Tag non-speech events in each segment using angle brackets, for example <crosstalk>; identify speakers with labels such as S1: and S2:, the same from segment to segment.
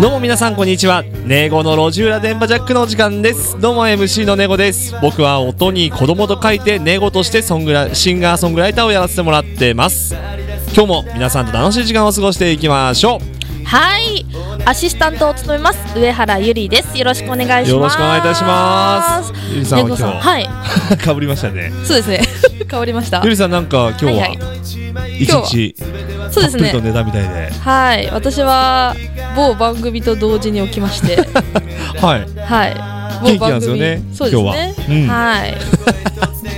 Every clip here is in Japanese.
S1: どうも皆さんこんにちはネゴの路地裏電波ジャックのお時間ですどうも MC のネゴです僕は音に子供と書いてネゴとしてソングラシンガーソングライターをやらせてもらってます今日も皆さんと楽しい時間を過ごしていきましょ
S2: はい、アシスタントを務めます上原ゆりです。よろしくお願いします。
S1: うよろしくお願いいたしますゆりさん
S2: 猫
S1: は
S2: さん、
S1: 今
S2: はい、
S1: 日 <laughs> かぶりましたね
S2: そうですね。 <laughs> 変わりました
S1: ゆ。りさんなんか今日
S2: はい
S1: は一
S2: 今日
S1: 日
S2: そ
S1: た
S2: うで
S1: っぷ
S2: す
S1: り
S2: ね
S1: と。寝たみたいで
S2: はい、私は某番組と同時に起き
S1: <laughs>
S2: まして、
S1: はい
S2: はい、
S1: 元
S2: 某
S1: 気なん
S2: 番
S1: ですよ
S2: 組、
S1: ね
S2: そうですね。
S1: 今日はうん
S2: はい、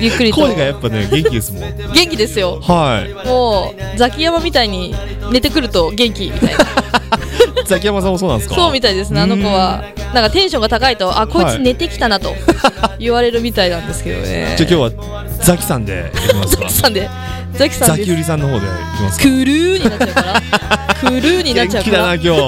S2: ゆっくりと
S1: 声がやっぱね元気ですもん
S2: 元気ですよ。
S1: はい
S2: もうザキヤマみたいに寝てくると元気みたいな。
S1: <laughs> ザキヤマさんもそうなんですか
S2: そうみたいですね、あの子は。なんかテンションが高いと、あ、こい
S1: は
S2: つ
S1: い
S2: 寝てきたなと言われるみたいなんですけど
S1: <laughs>
S2: ね。
S1: じゃあ今日はザキさんでいきます
S2: ザ
S1: か
S2: キさんで、ザキさん
S1: ザ
S2: で
S1: キユリさんの方でいきます
S2: クルーになっち
S1: <laughs>
S2: ゃうから、クルーになっち
S1: 元
S2: ゃうか
S1: 気だな
S2: ら。
S1: 今日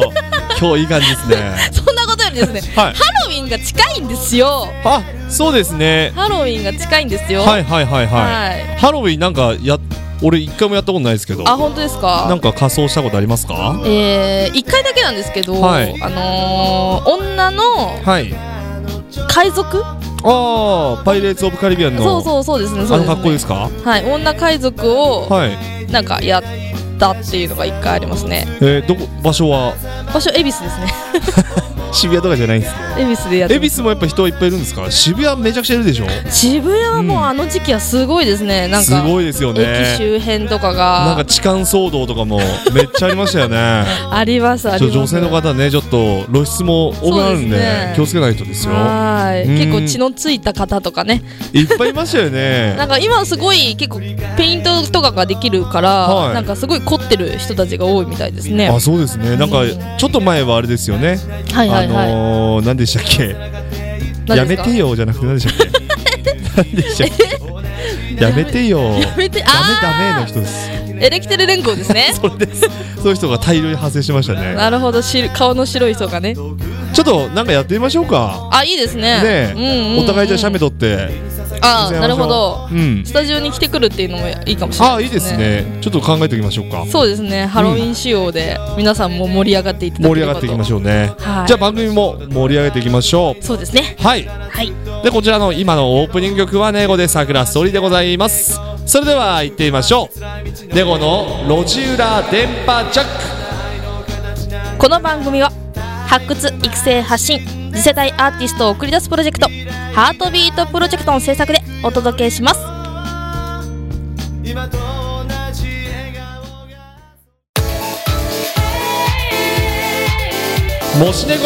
S1: 今日いい感じですね
S2: <laughs> そんなことよりですね、
S1: はい
S2: ハロウィンが近いんですよ。
S1: あそうですね
S2: ハロウィンが近いんですよ。
S1: はいはいはいはい、
S2: はい
S1: ハロウィンなんかや俺一回もやったことないですけど
S2: あ、本当ですか。
S1: なんか仮装したことありますか
S2: えー、1回だけなんですけど、
S1: はい
S2: あのー、女の
S1: はい
S2: 海賊
S1: ああパイレーツ・オブ・カリビアンの
S2: そうそうそうですね、そ
S1: あ
S2: うですね
S1: の格好ですか
S2: はい、女海賊を、
S1: はい、
S2: なんかやったっていうのが1回ありますね。
S1: えー、どこ場所は
S2: 場所恵比寿ですね。
S1: 渋谷とかじゃないんですね
S2: 恵比寿でやって
S1: 恵
S2: ます
S1: 比寿もやっぱ人いっぱいいるんですか渋谷めちゃくちゃいるでしょ
S2: 渋谷はもううんあの時期はすごいですね。なん
S1: す
S2: か
S1: ごいですよ
S2: 駅
S1: ね
S2: 周辺とか
S1: なんか
S2: が
S1: 痴漢騒動とかもめっちゃありましたよね
S2: ありますあ
S1: ち
S2: り
S1: ょ
S2: ます。
S1: 女性の方ねちょっと露出も多くなるん
S2: そう
S1: で
S2: ですね
S1: 気をつけないとですよ
S2: はーい
S1: うん
S2: 結構血のついた方とかね
S1: いっぱいいましたよ
S2: <laughs> な
S1: ね
S2: んか今すごい結構ペイントとかができるから、
S1: はい
S2: なんかすごい凝ってる人たちが多いみたいですね
S1: あそうですねなんか
S2: うん
S1: ちょっと前はあれですよね
S2: はいはいはい、
S1: あのー、何でしたっけや
S2: 何
S1: め
S2: ですか
S1: てよじゃなくて何でしたっ
S2: <laughs>
S1: け何でしたっけやめてよ
S2: やめて
S1: ダメダ
S2: あ
S1: メの人です
S2: ーエレキテル連合ですね
S1: それですそういう人が大量に発生しましたね
S2: なるほどし顔の白い人がね
S1: ちょっとなんかやってみましょうか
S2: あいいですね
S1: ねえ
S2: うんうんうん
S1: お互いじゃあ写メ撮って
S2: あ
S1: 見せ合いましょう
S2: なるほど
S1: うん
S2: スタジオに来てくるっていうのもいいかもしれ
S1: あ
S2: ない
S1: いいですねちょっと考えておきましょうか
S2: そうですねハロウィン仕様で皆さんも盛り上がっていただけ
S1: 盛り上
S2: れ
S1: が
S2: ばと
S1: っていきましょうね
S2: はい
S1: じゃあ番組も盛り上げていきましょ
S2: そうですね
S1: うはい
S2: はい
S1: でこちらの今のオープニング曲はネゴで桜ストーリーでございますそれでは行ってみましょうネゴの路地裏電波ジャッ
S2: この番組は発掘育成発信次世代アーティストを送り出すプロジェクトハートビートプロジェクトの制作でお届けします
S1: クもしネゴ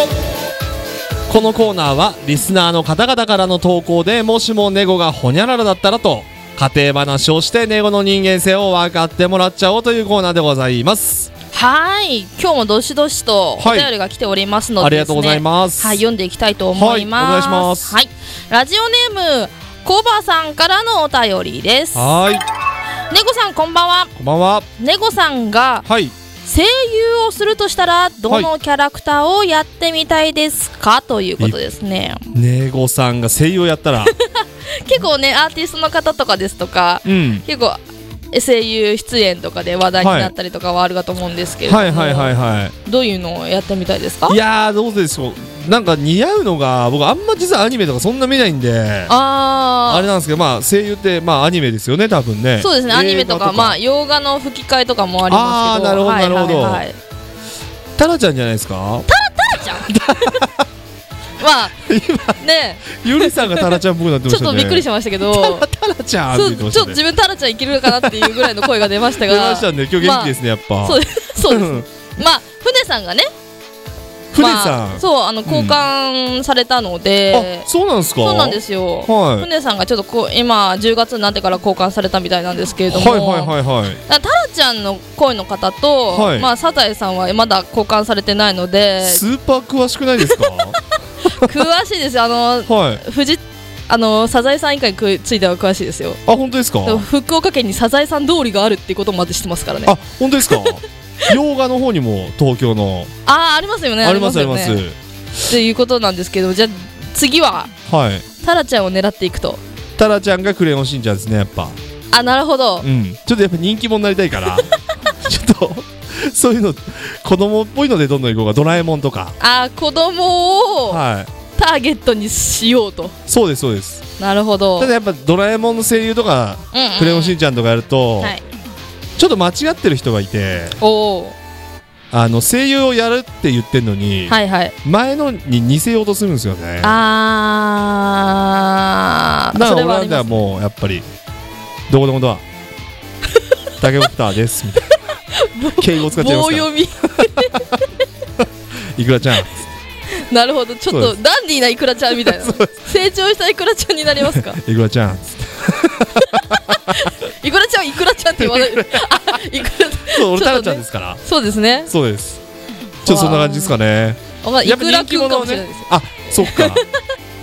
S1: このコーナーはリスナーの方々からの投稿でもしもネゴがホニャララだったらと家庭話をしてネゴの人間性を分かってもらっちゃおうというコーナーでございます
S2: はい今日もどしどしとお
S1: はい
S2: 便りが来ておりますの
S1: あ
S2: で
S1: りが
S2: ですね、
S1: とうございます
S2: はい読んでいきたいと思いま
S1: は
S2: す、
S1: いお願いします
S2: はいラジオネームコバさんからのお便りです
S1: はーい
S2: ネゴさんこんばんは
S1: こんばんは
S2: ネゴさんが
S1: はい
S2: 声優をするとしたらどのキャラクターをやってみたいですか、ということですね
S1: ネゴさんが声優をやったら
S2: 結構ねアーティストの方とかですとか
S1: <laughs> うん
S2: 結構声優出演とかで話題になったりとかはあるかと思うんですけれども、
S1: はいはいはいはい
S2: どういうのをやってみたいですか
S1: いやーどうでしょうなんか似合うのが僕あんま実はアニメとかそんな見ないんであ
S2: あ
S1: れ
S2: ー
S1: なんですけどまあ声優ってまあアニメですよね多分ね
S2: そうですねアニメとかま
S1: あ
S2: あ洋画の吹き替えとかもありますけど
S1: あーなるほど
S2: はいはいはい
S1: なタラちゃんじゃないですか
S2: まあね
S1: ゆりさんがタラちゃんっぽくなってま
S2: ちょ
S1: し
S2: っ
S1: ね
S2: たとびっくりしました
S1: <laughs>
S2: けどそ
S1: タラちゃんって
S2: う
S1: 言ってまし
S2: ちょったと
S1: ね
S2: 自分タラちゃんいけるかなっていうぐらいの声が出ましたが
S1: 出ましたね今日元気ですねやっぱ
S2: そうですそうです
S1: うん
S2: まあ船さんがね
S1: 船
S2: ま
S1: さ
S2: あ
S1: ん
S2: そうあの交換されたので
S1: あ、そうなんですか
S2: そうなんですすよ、
S1: はい
S2: 船さんがちょっとこう今10月になってから交換されたみたいなんですけれども、
S1: はいはいはいはい
S2: だからタラちゃんの声の方と、
S1: はい
S2: まあ、サザエさんはまだ交換されてないので
S1: スーパー詳しくない
S2: <laughs>
S1: ですか
S2: 詳しいですよあの
S1: はい
S2: 藤あのサザエさん以外については詳しいですよ
S1: あ本当ですか
S2: でも福岡県にサザエさん通りがあるっていうことまで知ってますからね
S1: あ本当です
S2: <laughs>
S1: か洋画の方にも東京の
S2: ああーありますよね
S1: ありますあり
S2: よ
S1: ま
S2: ね
S1: す
S2: っていうことなんですけどじゃあ次は
S1: はい
S2: タラちゃんを狙っていくと
S1: タラちゃんがクレヨンしんちゃんですねやっぱ
S2: あなるほど <laughs>
S1: うんちょっとやっぱ人気者になりたいからちょっとそういうの子供っぽいのでどんどん行こうかドラえもんとか
S2: あー子供を
S1: はい
S2: ターゲットにしようと
S1: そうですそうです
S2: なるほど、
S1: ただやっぱドラえもんの声優とか
S2: うんうん
S1: クレヨンしんちゃんとかやると、
S2: はい
S1: ちょっと間違ってる人がいて
S2: おお
S1: あの声優をやるって言ってんのに、
S2: はいはい
S1: 前のに似せようとするんですよね
S2: あー
S1: だか
S2: そ
S1: ら
S2: れ
S1: オ
S2: はあ
S1: ラ
S2: り
S1: ンダ
S2: ま
S1: は
S2: す
S1: もうやっぱり「どこどこドア」 <laughs> 「タケコプターです」みたいな敬語使っちゃいま
S2: <laughs> 棒
S1: すから
S2: 読み
S1: いくらちゃん
S2: <laughs> なるほどちょっ
S1: そう
S2: とダンディーなイクラちゃん
S1: <laughs>
S2: みたいな成長したイクラちゃんになりますか
S1: いくらちゃん
S2: イクラちゃんはイクラちゃんって
S1: <laughs>
S2: 言わないあイクラ
S1: そう俺
S2: ちょっとね
S1: タラちゃんですから
S2: そうですね
S1: そうですちょっとそんな感じですかね
S2: あまあイ
S1: やっぱ
S2: クラ
S1: 人気
S2: くん
S1: 者
S2: か
S1: を
S2: もしれな
S1: ね
S2: いですよ
S1: あそっか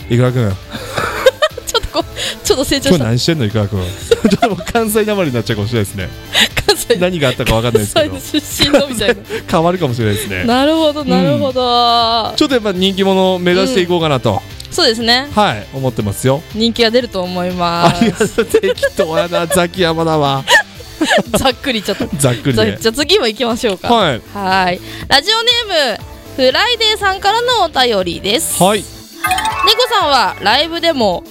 S1: いくらくん
S2: ちょっとこうちょっと成長
S1: 今
S2: し
S1: 日
S2: た
S1: 何してんのいくら
S2: <laughs>
S1: くんちょっともう関西なまりになっちゃうかもしれないですね
S2: 関西
S1: 何があったかわかんないですけ
S2: 関
S1: ど
S2: 西出身のみたいな
S1: 変わるかもしれないですね
S2: なるほどなるほど、
S1: ちょっとやっぱ人気者を目指していこうかなと、
S2: そうですね
S1: はい思ってますよ
S2: 人気が出ると思いま
S1: ありが
S2: す
S1: とう適当やなザキヤマだ
S2: <laughs>
S1: わ
S2: ざっくりちょっと
S1: ざっくり
S2: じゃ
S1: で
S2: じゃあ次も行きましょうか
S1: はい
S2: はーいラジオネームフライデーさんからのお便りです
S1: はい
S2: 猫さんはライブでも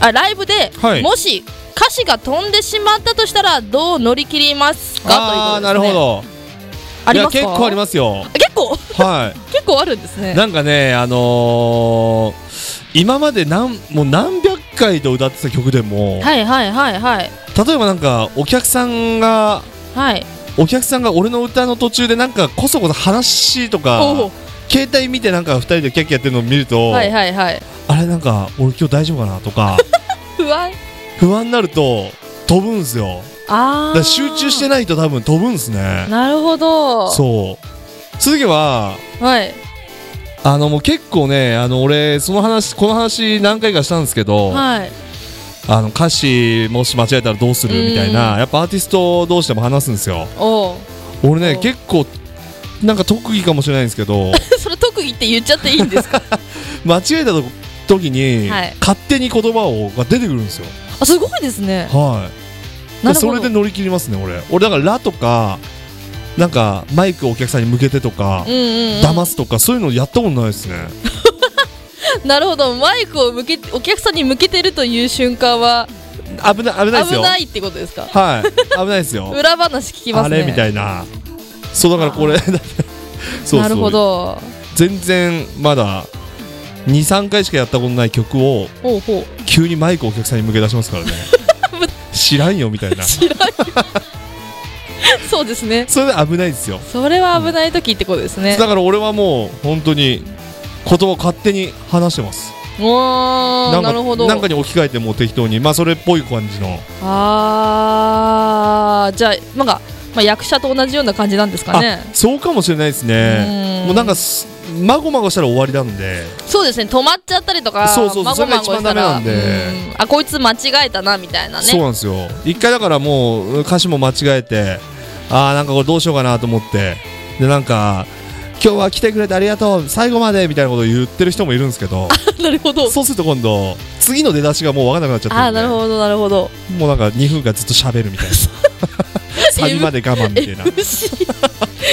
S2: あライブで、
S1: はい
S2: もし歌詞が飛んでしまったとしたらどう乗り切りますか
S1: ああー
S2: と
S1: ないる
S2: うことです、ね、
S1: ほど
S2: あり
S1: いや
S2: ますか
S1: 結構あり
S2: す
S1: ますよ
S2: 結構 <laughs>
S1: は
S2: 結構あるんです
S1: い <laughs>
S2: ね
S1: なんかねあのー今まで何もう何百回と歌ってた曲でも、
S2: はいはいはいはい
S1: 例えばなんかお客さんが
S2: はい
S1: お客さんが俺の歌の途中でなんかこそこそ話とか
S2: お
S1: 携帯見てなんか2人でキャッキャやってるのを見ると、
S2: おはいはいはい
S1: あれなんか俺今日大丈夫かなと
S2: <laughs>
S1: か
S2: 不安
S1: 不安になると飛ぶんすよだか
S2: ああ
S1: ら集中して
S2: な
S1: ないと多分飛ぶんすね
S2: なるほど
S1: そう次は
S2: はい
S1: あのもう結構ねあの俺その話この話何回かしたんですけど、
S2: はい
S1: あの歌詞もし間違えたらどうするみたいなやっぱアーティスト同士でも話すんですよ
S2: おお
S1: 俺ね
S2: お
S1: 結構なんか特技かもしれないんですけ
S2: <laughs>
S1: ど
S2: <laughs> それ特技って言っちゃっていい
S1: <laughs>
S2: んですか
S1: 間違えたと時に、
S2: はい
S1: 勝手に言葉をが出てくるんですよ
S2: あすごいですね
S1: はい
S2: な
S1: で
S2: る
S1: そ
S2: ほ
S1: れ
S2: ど
S1: で乗り切りますね俺俺だから「ら」とかなんかマイクをお客さんに向けてとか、
S2: うんうんうん
S1: 騙すとかそういうのやったことないですね
S2: なるほどマイクを向けお客さんに向けてるという瞬間は
S1: 危ない危ないです
S2: 危
S1: よ
S2: ないってことですか
S1: はい危ないです
S2: <laughs>
S1: よ
S2: 裏話聞きますね
S1: あれみたいな <laughs> そうだからこれだってそう
S2: なるほ
S1: そう
S2: ど
S1: 全然まだ23回しかやったことない曲を
S2: ほうほ
S1: 急にマイクをお客さんに向け出しますから
S2: <laughs>
S1: ね知らんよみたいな
S2: う知らんそうですね
S1: それで危ないですよ、
S2: それは危ない時ってことですね
S1: だから俺はもう本当に言葉を勝手に話してます
S2: お
S1: な
S2: ー
S1: んか
S2: なるほど
S1: なんかに置き換えてもう適当にまあそれっぽい感じの、
S2: あーじゃあなんか、まあ、役者と同じような感じなんですかね
S1: あそうかもしれないですね
S2: うん
S1: もうなんかすまごまごしたら終わりなんで
S2: そうですね止まっちゃったりとか
S1: そうそうそう
S2: まごまご
S1: それが一
S2: し
S1: 番ダ
S2: た
S1: メ
S2: ら
S1: なんで
S2: うんあこいつ間違えたなみたいなね
S1: そうなんですよ一回だからもう歌詞も間違えてああなんかこれどうしようかなと思ってでなんか今日は来てくれてありがとう最後までみたいなことを言ってる人もいるんですけど
S2: <laughs> なるほど
S1: そうすると今度次の出だしがもう分かんなくなっちゃって
S2: あー
S1: んで
S2: なるほどなるほど
S1: もうなんか2分間ずっと喋るみたいなサビまで我慢み
S2: <laughs>
S1: たいな
S2: MC,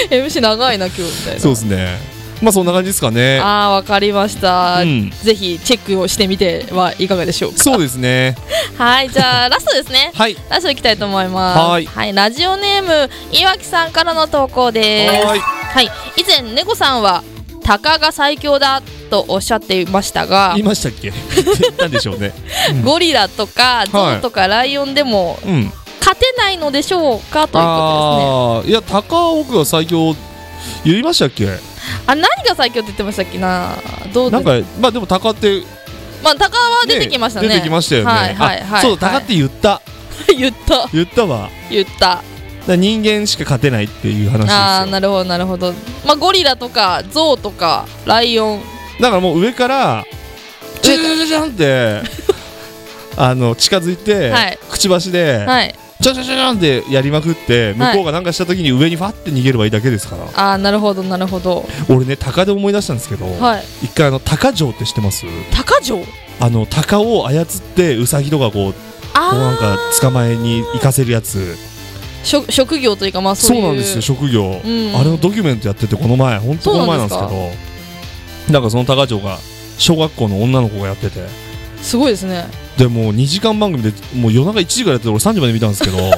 S2: MC 長いな今日みたいな
S1: そうですねまあそんな感じですかね
S2: ああわかりました、
S1: うん
S2: ぜひチェックをしてみてはいかがでしょうか
S1: そうですね
S2: はいじゃあラストですね
S1: はい
S2: ラストいきたいと思います
S1: はい
S2: ラジオネームいわきさんからの投稿です
S1: はーい
S2: はい以前猫さんはタカが最強だとおっしゃっていましたが
S1: 言いましたっけ <laughs> なんでしょうね
S2: ゴリラとかゾウとかライオンでも
S1: うん
S2: 勝てないのでしょうかという
S1: あ
S2: こ
S1: あいや高岡が最強言いましたっけ
S2: とですねあ何が最強って言ってましたっけなどうで
S1: なんかまあでも鷹って
S2: まあタカは出てきましたね
S1: 出てきましたよね。
S2: はいはいはい
S1: あそうだ、鷹って言った、
S2: 言った
S1: 言ったわ。だか
S2: 言った
S1: ら人間しか勝てないっていう話
S2: ああ
S1: で
S2: ー
S1: すよ。
S2: なるほどなるほどまあゴリラとかゾウとかライオン
S1: だからもう上から、じゃじゃじゃじゃんって、あの近づいて、
S2: はい
S1: くちばしで、
S2: はい
S1: じゃじゃじゃじゃんってやりまくって、向こうがなんかした時に上にファって逃げればいいだけですから。
S2: ああなるほどなるほど
S1: 俺ね、鷹で思い出したんですけど、
S2: はい
S1: 一回あの鷹城って知ってます？
S2: 鷹城
S1: あの鷹を操ってウサギとかこう、こうなん
S2: あ
S1: か捕まえに行かせるやつ。
S2: あ職職業というかまあそ
S1: そ
S2: ういうう
S1: なんですよ職業、
S2: ん
S1: あれのドキュメントやっててこの前本当この前なんですけど
S2: そう
S1: なんかその高城が小学校の女の子がやってて
S2: すごいですね
S1: でもう2時間番組でもう夜中1時からやってて俺3時まで見たんですけ <laughs> どい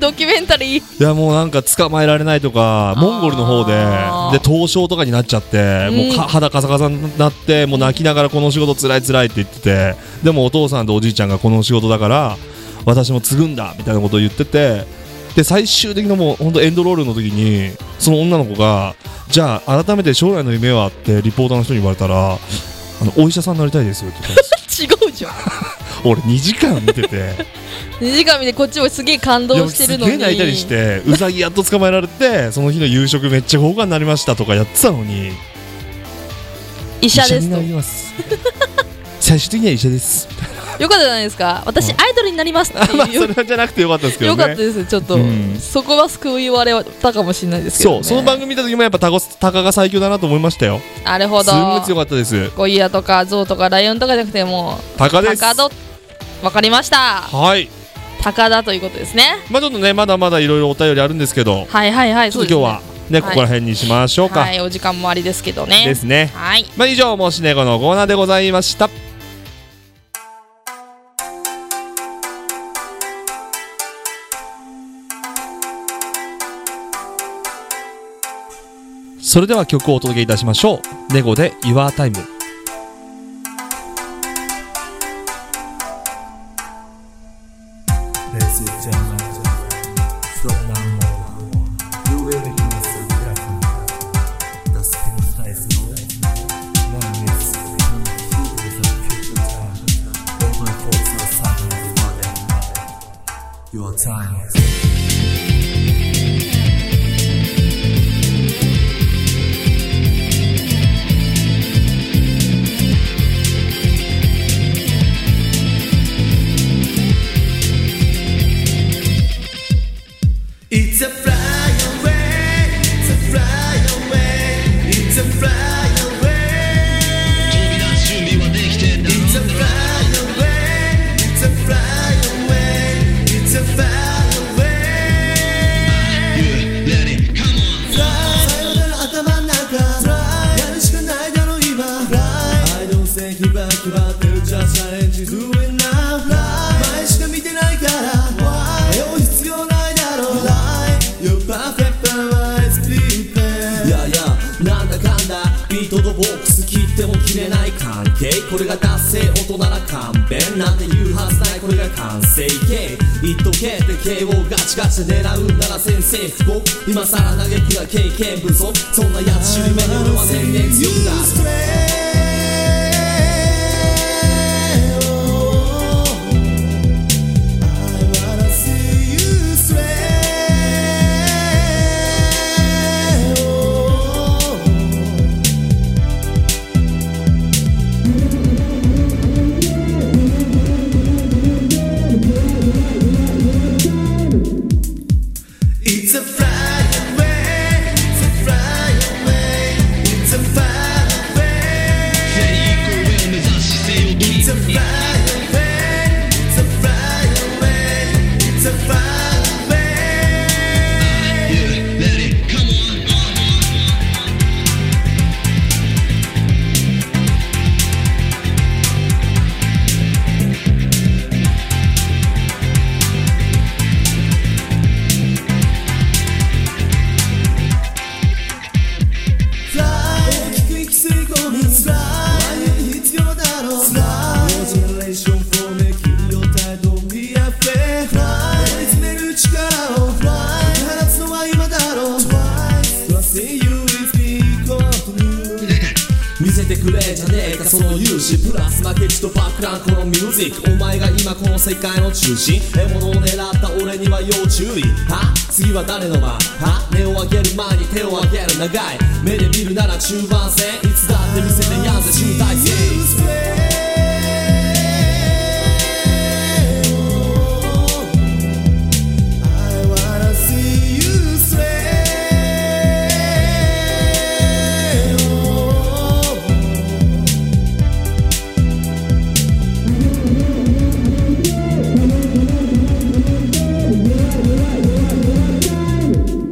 S2: ドキュメンタリー <laughs>
S1: やもうなんか捕まえられないとかモンゴルの方で
S2: あー
S1: で凍傷とかになっちゃって、
S2: うん
S1: もうか肌カサカサになってもう泣きながらこの仕事つらいつらいって言っててでもお父さんとおじいちゃんがこの仕事だから私も継ぐんだみたいなことを言っててで最終的なもう本当エンドロールの時にその女の子がじゃあ改めて将来の夢はってリポーターの人に言われたらあのお医者さんになりたいですよって言ったんです
S2: <laughs>
S1: よ
S2: 違うじゃん
S1: 俺2時間見てて。
S2: 2時間見てこっちもすげえ感動してるのに
S1: いや俺すげえ泣いたりしてウサギやっと捕まえられ
S2: <laughs>
S1: てその日の夕食めっちゃ豪華になりましたとかやってたのに
S2: 医者で
S1: に
S2: すと
S1: なります <laughs> 最終的には医者
S2: <laughs>
S1: です
S2: よかったじゃないですか私
S1: う
S2: アイドルになりますっ
S1: <laughs>
S2: て
S1: まあ
S2: いう
S1: それはじゃなくてよかったですけど
S2: よ
S1: ね
S2: かったですちょっと、
S1: うん
S2: そこは救いわれたかもしれないですけど、
S1: そ
S2: ね、
S1: うその番組見た時もやっぱタコスタカが最強だなと思いましたよ
S2: なるほ
S1: すごい強
S2: ど
S1: かったです
S2: ゴリラとかゾウとかライオンとかじゃなくても
S1: タカ
S2: う
S1: です
S2: 高戸わかりました
S1: はい
S2: 高田ということですね
S1: まあちょっとねまだまだいろいろお便りあるんですけど
S2: はいはいはい
S1: ちょっと今日はね
S2: は
S1: こ
S2: い
S1: こら辺にしましょう
S2: そうで
S1: か
S2: すねはいお時間もありですけどね
S1: ですね
S2: はい
S1: まあ以上もしねこのコーナーでございましたそれでは曲をお届けいたしましょうネゴで Your Time
S3: 前しか見てないから迷う必要ないだろう Lie Your perfect eyes deep いやいやなんだかんだビートとボックス切っても切れない関係これが達成大人な勘弁なんて言うはずないこれが完成形言っとけって慶をガチガチで狙うなら先生不幸今さら嘆くが経験不足そんなやつより目に俺は年々強くなる It's a fly away, it's a fly away, it's a fly away.
S4: 目指してよ
S3: It's a fly away, it's a fly away, it's a fly away.
S4: Let it come on, on, on.
S3: フライ大きく息吸い込みスライ前に必要だろうスライ Your generation for making your time don't be afraid フライ追い詰める力をフライ放つのは今だろう Twice Trusting you with me continue 見せてくれじゃねえかその勇姿プラス負けじとバックランこのミュージックお前が今この世界の中心獲物を狙った俺には要注意は次は誰の番は根を上げる前に手を上げる長い目で見るなら中盤戦いつだって見せてやんぜ集大成 I wanna see you sway. Oh.
S4: 「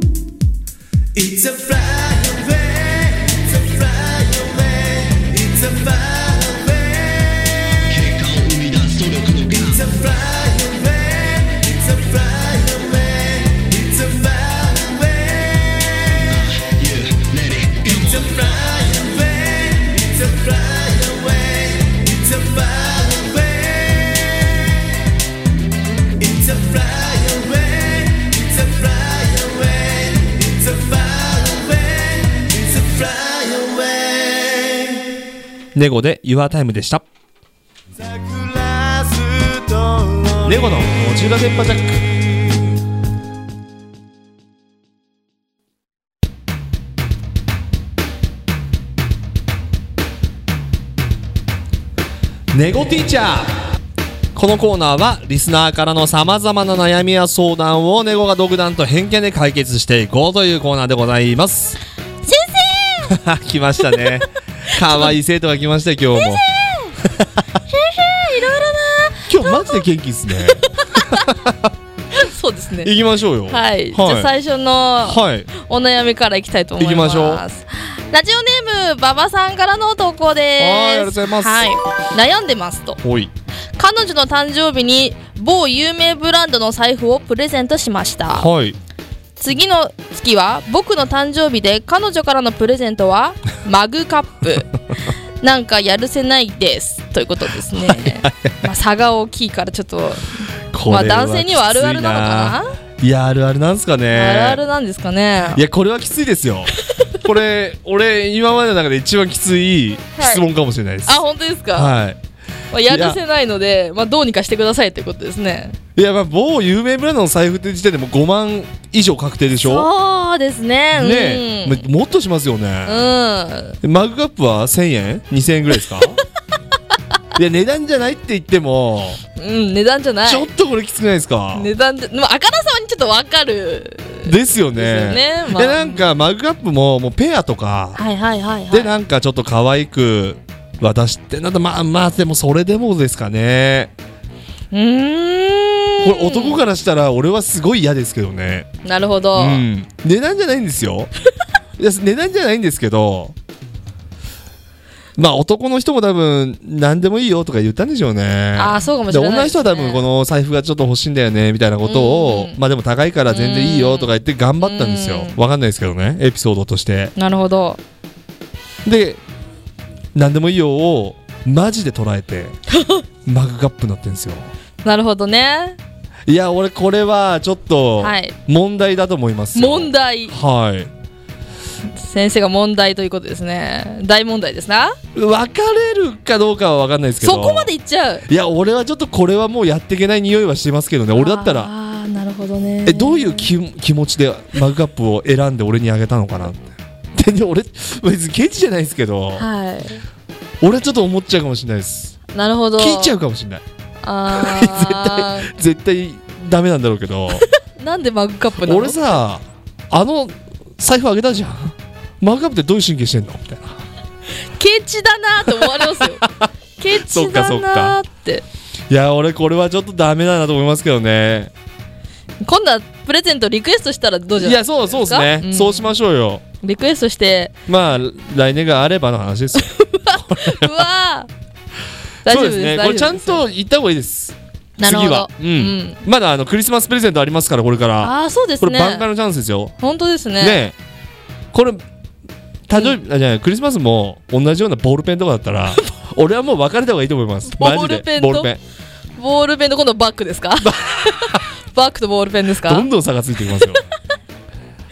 S1: ネゴで Your Time でしたネゴの「路地裏電波ジャック」ネゴティーチャーこのコーナーはリスナーからのさまざまな悩みや相談をネゴが独断と偏見で解決していこうというコーナーでございます
S2: 先生
S1: <laughs> 来ましたね
S2: <laughs>
S1: 可愛い生徒が来ましたよ今日も
S2: いろい
S1: 今日マジで元気ですね
S2: ろな <laughs> そうですね
S1: 行きましょうよ
S2: はい、じゃあ
S1: は
S2: 最初の
S1: い、はい、
S2: お悩みからいきたいと思います
S1: いきましょう
S2: ラジオネーム馬場さんからの投稿です
S1: はいありがとうございます
S2: はい、悩んでますと
S1: おい
S2: 彼女の誕生日に某有名ブランドの財布をプレゼントしました
S1: はい
S2: 次の月は僕の誕生日で彼女からのプレゼン
S1: <laughs>
S2: トはマグカップなんかやるせないですということですね、まあ、差が大きいからちょっと、
S1: こ
S2: まあ、
S1: れは
S2: 男性にはあるあるなのか
S1: きついないやあるあるなんすかね
S2: な、あるあるなんですかね
S1: いやこれはきついです
S2: <laughs>
S1: よこれ俺今までの中で一番きつい質問かもしれないです、
S2: あ本当ですか、
S1: はい
S2: まあ、やるせないので、まあ、どうにかしてくださいってことですね
S1: いやまあ某有名ブランドの財布って時点でもう5万以上確定でしょ
S2: そうです
S1: ね
S2: ね
S1: え、
S2: うん、
S1: まもっとしますよ
S2: う
S1: ね、
S2: ん、
S1: でマグカップは1000円2000円ぐらいですか
S2: <laughs>
S1: いや値段じゃないって言っても、
S2: うん、値段じゃない
S1: ちょっとこれきつくないですか、
S2: 値段で、まあ、あからさまにちょっとわかる
S1: ですよね
S2: ですよねまあ
S1: でなんかマグカップももうペアとか、
S2: はいはいはいはい
S1: でなんかちょっと可愛く渡してなんだまあまあでもそれでもですかね
S2: うーん
S1: これ男からしたら俺はすごい嫌ですけどね
S2: なるほ
S1: う
S2: ど、
S1: ん、値段じゃないんです
S2: <laughs>
S1: よいや値段じゃないんですけどまあ男の人も多分何でもいいよとか言ったんでしょうね
S2: あーそうかもしれない
S1: で女の人は多
S2: です
S1: 分
S2: ね
S1: この財布がちょっと欲しいんだよねみたいなことを
S2: うん
S1: まあでも高いから全然いいよとか言って頑張ったんですよ
S2: うん
S1: わかんないですけどねエピソードとして
S2: なるほど
S1: で何でもいいよをマジで捉え
S2: <laughs>
S1: てマグカップになってんですよ
S2: なるほどね
S1: いや俺これはちょっと
S2: はい
S1: 問題だと思いますよ
S2: 問題
S1: はい
S2: 先生が問題ということですね大問題ですな
S1: 別れるかどうかは分かんないですけど
S2: そこまでいっちゃう
S1: いや俺はちょっとこれはもうやっていけない匂いはしてますけどね俺だったら
S2: ああなるほどね
S1: えどういう気気持ちでマグカップを選んで俺にあげたのかなってで俺別にケチじゃないですけど
S2: はい
S1: 俺はちょっと思っちゃうかもしれないです
S2: なるほど
S1: 聞いちゃ
S2: う
S1: うかもしれない
S2: あー
S1: 絶対ダメなんだろうけど
S2: なんでマグカップなの
S1: 俺さあの財布あげたじゃん <laughs> マグカップってどういう神経してんのみたいな
S2: ケチだなって思われま
S1: <laughs>
S2: すよケチだなって
S1: いや俺これはちょっとダメだなと思いますけどね
S2: 今度はプレゼントリクエストしたらどうじゃ
S1: いやそうそうですね、
S2: うん
S1: そうしましょうよ
S2: リクエストして
S1: <laughs> まあ来年があればの話ですよ
S2: うわー <laughs> 大丈
S1: そうで
S2: 夫ですす
S1: ね
S2: 大
S1: これ
S2: 丈夫で
S1: ち
S2: す
S1: ゃんと言った方がいいです
S2: なるほ
S1: 次
S2: ど
S1: は、うんまだあのクリスマスプレゼントありますからこれから
S2: ああそうです
S1: これ
S2: ね
S1: 挽回のチャンスですよ
S2: 本当ですね
S1: ねえこれ誕生日、あじゃないクリスマスも同じようなボールペンとかだった
S2: <laughs>
S1: ら俺はもう別れた方がいいと思いますマジで
S2: ボールペンと
S1: ボールペン
S2: ボールペンと今度はバッグですか <laughs> バッグとボールペンですか
S1: どんどん差がついてきます
S2: <laughs>
S1: よ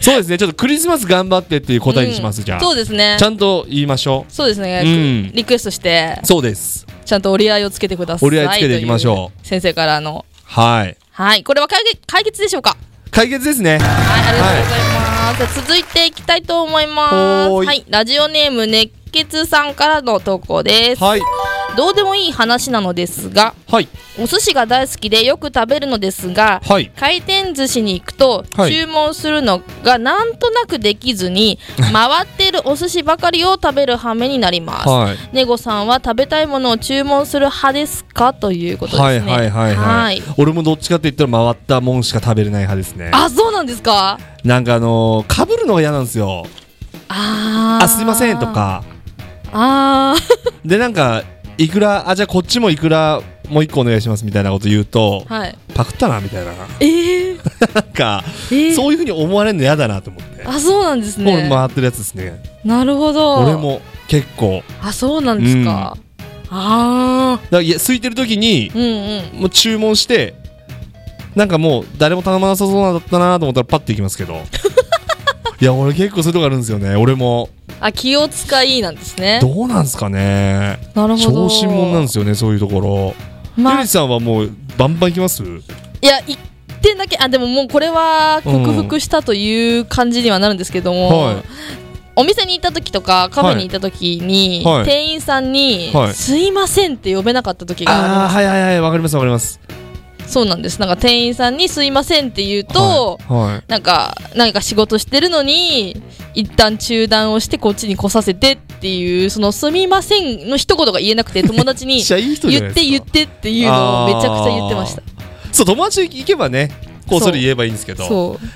S1: そうですねちょっとクリスマス頑張ってっていう答えにします、
S2: うん
S1: じゃあ
S2: そうですね
S1: ちゃんと言いましょ
S2: そうですね、
S1: うん
S2: リクエストして
S1: うそうです
S2: ちゃんと折り合いをつけてください
S1: 折り合いつけていきましょう
S2: とい先生からの
S1: はい
S2: はいこれは解決解決でしょうか
S1: 解決ですね
S2: はい、ありがとうございます。続いていきたいと思います。
S1: はーい
S2: はい、ラジオネーム熱血さんからの投稿です。
S1: はい
S2: どうでもいい話なのですが、
S1: はい
S2: お寿司が大好きでよく食べるのですが、
S1: はい
S2: 回転寿司に行くと
S1: はい
S2: 注文するのがなんとなくでき
S1: <laughs>
S2: ずに、回っているお寿司ばかりを食べる羽目になります。
S1: はい
S2: ネゴさんは食べたいものを注文する派ですかということですね。
S1: はいはいはいはい、俺もどっちかって言ったら回ったもんしか食べれない派ですね
S2: あ、そうなんですか。
S1: なんかあのー、かぶるのが嫌なんですよ
S2: あー
S1: あすいませんと。か
S2: あー
S1: でなんかいくらあじゃあこっちもいくらもう一個お願いしますみたいなこと言うと、
S2: はい。
S1: パクったなみたいな
S2: ええ
S1: なんか、
S2: ええ
S1: そういうふうに思われるの嫌だなと思って、
S2: あ、そうなんです
S1: もう
S2: ね。
S1: 回ってるやつですね
S2: なるほど。
S1: 俺。も結構
S2: あ、そうなんですか。ああ。
S1: だからいや空いてる時に
S2: うんうん。
S1: もう注文してなんかもう誰も頼まな
S2: <laughs>
S1: さそうなんだったなと思ったらパッていきますけどいや俺結構そういうとこあるんですよね俺も
S2: あ気を使いなんですね
S1: どうなんすかね
S2: なるほど
S1: 小心者なんですよねそういうところゆ
S2: まあ
S1: りさんはもうバンバン行きます
S2: いや一点だけあでももうこれは克服したという感じにはなるんですけども、
S1: は
S2: お店に行った時とかカフェに行った時に、
S1: はいはい
S2: 店員さんに、
S1: はい
S2: すいません」って呼べなかった時
S1: ああ
S2: があ
S1: はいはいはいわかりますわかります
S2: るそうなんですなんか店員さんに「すいません」って言うと、
S1: はいはい
S2: なんか何か仕事してるのに一旦中断をしてこっちに来させてっていうその「すみません」の一言が言え
S1: <laughs>
S2: なくて友達
S1: め
S2: に
S1: っちゃいい人じゃない
S2: 言って
S1: です
S2: 言
S1: か
S2: ってっていうのをめちゃくちゃ言ってました
S1: そう友達行けばねこうそれ言えばいいんですけど
S2: そう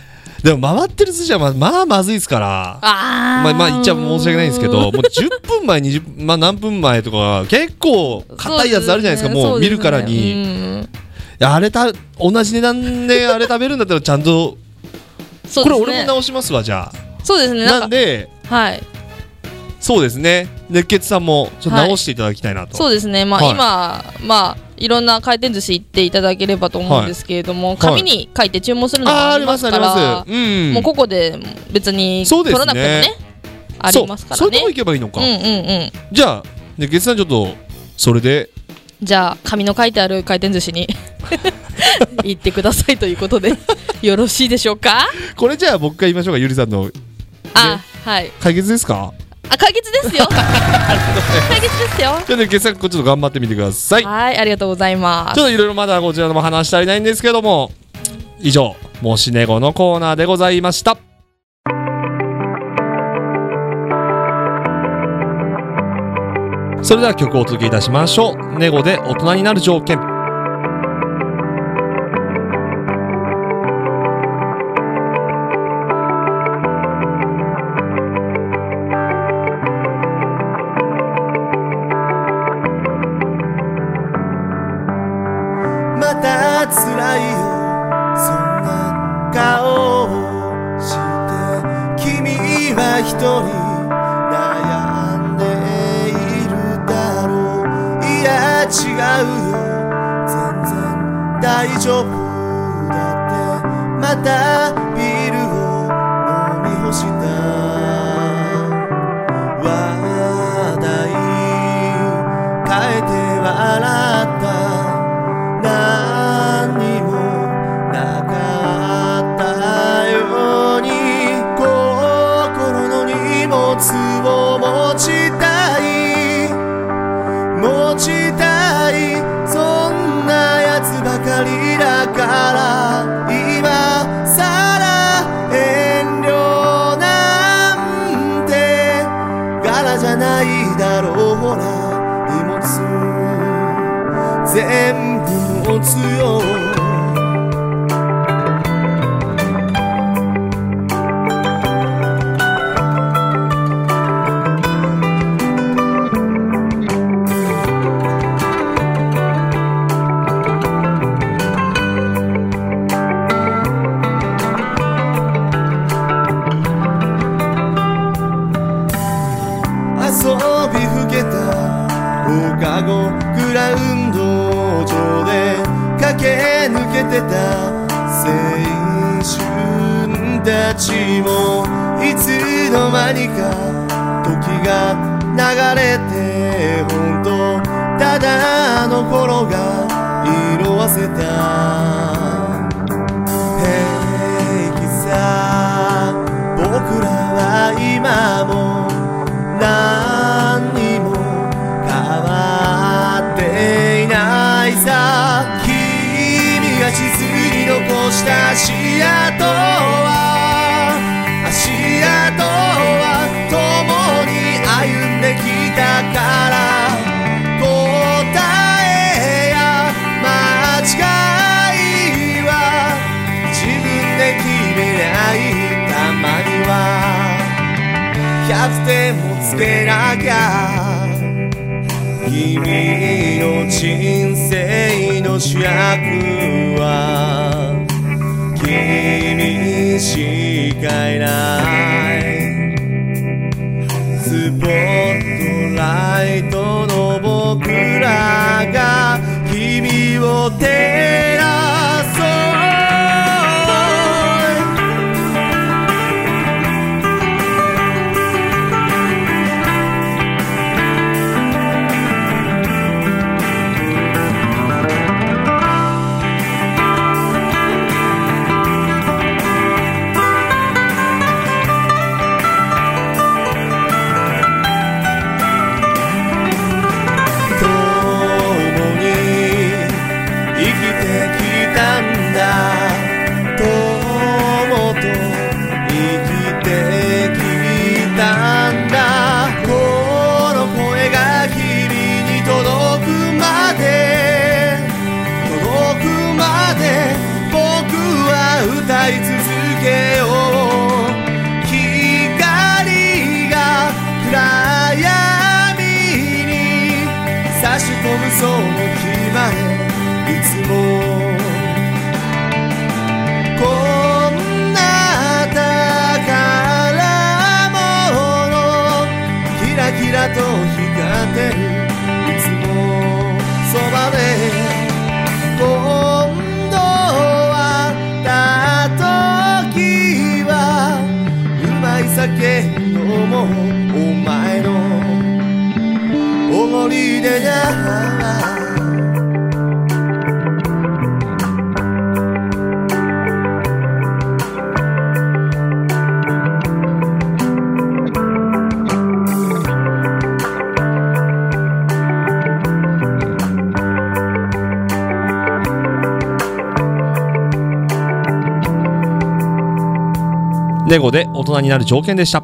S1: でも回ってる筋はままあまずいですから
S2: あ
S1: まあまあ言っちゃ申し訳ないんですけどもう10分前20まあ何分前とか結構硬いやつあるじゃないですかもう見るからに、いやあれた同じ値段であれ食べるんだったらちゃんと、
S2: そう
S1: これ
S2: です
S1: 俺も
S2: ね
S1: 直しますわじゃ
S2: そうです
S1: あな
S2: ね
S1: ん
S2: なんか
S1: で
S2: はい
S1: そうですね熱血さんもちょっと
S2: はい
S1: 直していただきたいなと、
S2: そうですねまあ
S1: はい
S2: 今まあいろんな回転寿司行っていただければと思うんですけれども紙に書いて注文するの
S1: あ
S2: も
S1: あ
S2: あ
S1: あ
S2: り
S1: り
S2: ま
S1: ますす
S2: か
S1: ありま
S2: ら
S1: すうん
S2: もうここで別に
S1: そう
S2: 取
S1: ですね
S2: らなくてもねありますから
S1: そうそういうとこ
S2: ね
S1: 行けばいいのか、
S2: うんうんうん
S1: じゃあ熱血さんちょっとそれで
S2: じゃあ紙の書いてある回転寿司
S1: <laughs>
S2: に行ってくださいということでよろしいでしょうか
S1: これじゃあ僕が言いましょうかゆりさんの
S2: あはい
S1: 解決ですか
S2: あ解決で
S1: <laughs>
S2: すよ解決ですよ
S1: じゃあ熱血さんこっちょっと頑張ってみてくださいちょ
S2: はいありがとうございま
S1: っ
S2: す
S1: といろいろまだこちらのも話したりないんですけども以上「もしねご」のコーナーでございましたそれでは曲をお届けいたしましょう「ネゴで大人になる条件」
S3: また辛いよそんな顔をして君は一人悩んでいるだろういや違うよ全然大丈夫だってまたビールを飲み干した話題変えて笑った何にもなかったように心の荷物を持ちたい持ちたいそんなやつばかりだから今さら遠慮なんて柄じゃないだろうほら荷物全部持つよ遊びふけた放課後グラウンド上で駆け抜けてた青春たちもいつの間にか時が流れて本当ただあの頃が色あせた平気さ僕らは今も何にも変わっていないさ君が地図に残した足跡は足跡は共に歩んできたから答えや間違いは自分で決めないたまにはキャプテンもつけなきゃ君の人生の主役は君しかいないスポットライトの僕らが君を照らそう「だけどもお前の思い出が
S1: ネゴで大人になる条件でした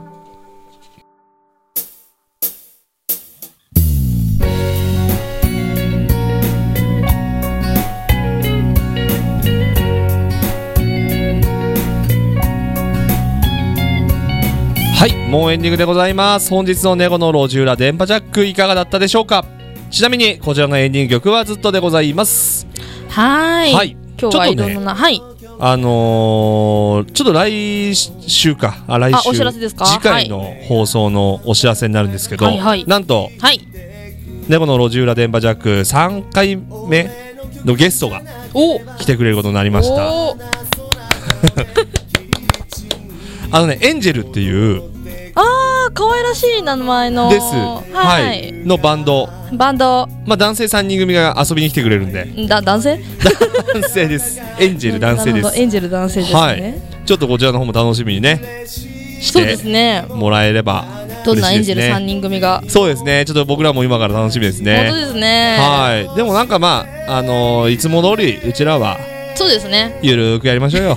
S1: はいもうエンディングでございます本日のネゴの路地裏電波ジャックいかがだったでしょうかちなみにこちらのエンディング曲はずっとでございます
S2: はーい
S1: はい
S2: 今日は
S1: ちょ
S2: い
S1: っと
S2: ろ
S1: ね
S2: んな、はい
S1: あのーちょっと来週か、あ来週
S2: あお知らせですか
S1: 次回の放送のお知らせになるんですけど、
S2: はいはい
S1: なんと、
S2: はい
S1: 猫の路地裏電波ジャック3回目のゲストが
S2: お
S1: 来てくれることになりました。
S2: おー
S1: あのね、エンジェルっていう、
S2: あー可愛らしい名前の
S1: です、
S2: はい、
S1: のバンド、
S2: バンド
S1: まあ男性3人組が遊びに来てくれるん
S2: <laughs>
S1: で、
S2: だ男性
S1: 男性です。エンジェル男性で
S2: なるほど
S1: す。
S2: エンジェル男性ですね、
S1: はい。ちょっとこちらの方も楽しみにね、し
S2: そうです
S1: て
S2: ね
S1: もらえれば
S2: ど
S1: 嬉しいですね。
S2: んなエンジェル3人組が、
S1: そうですね。ちょっと僕らも今から楽しみですね。
S2: 本当ですね
S1: はい。でもなんかまあ、あのーいつも通り、うちらは、
S2: そうですね
S1: ゆるーくやりましょう
S2: <laughs>
S1: よ。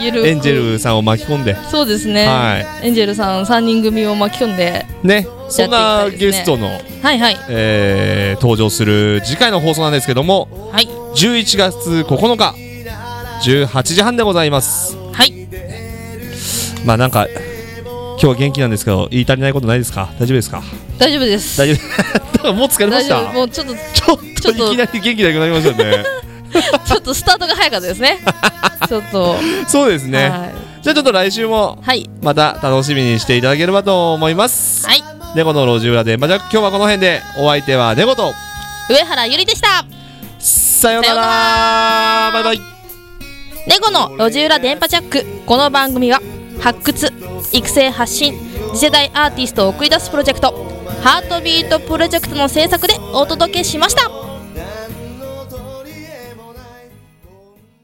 S2: ゆるく
S1: エンジェルさんを巻き込んで。
S2: そうですね、
S1: は
S2: エンジェルさん3人組を巻き込んで
S1: ね。
S2: きた
S1: そ
S2: い
S1: んな
S2: ですね
S1: ゲストの、
S2: はいはい
S1: えー登場する次回の放送なんですけども、
S2: はい
S1: 11月9日、18時半でございます。
S2: はい
S1: まあなんか、今日は元気なんですけど、言い足りないことないですか大丈夫ですか
S2: 大丈夫です
S1: 大丈夫 <laughs> もう疲れま
S2: 大
S1: し
S2: 丈
S1: た
S2: 夫もうちょっと
S1: ちょっといきなり元気なくなりましたね。
S2: ちょっとスタートが早かったで
S1: <laughs>
S2: すねちょっと
S1: そうですね。
S2: はい
S1: じゃあちょっと来週も
S2: はい
S1: また楽しみにしていただければと思います。
S2: はい
S1: 猫の路地裏で、まあ、じゃあ今日はこの辺でお相手は猫と
S2: 上原ゆりでした
S1: さような
S2: さような
S1: らバイバイ
S2: レゴの路地裏電波ジャックこの番組は発掘育成発信次世代アーティストを送り出すプロジェクトハートビートプロジェクトの制作でお届けしました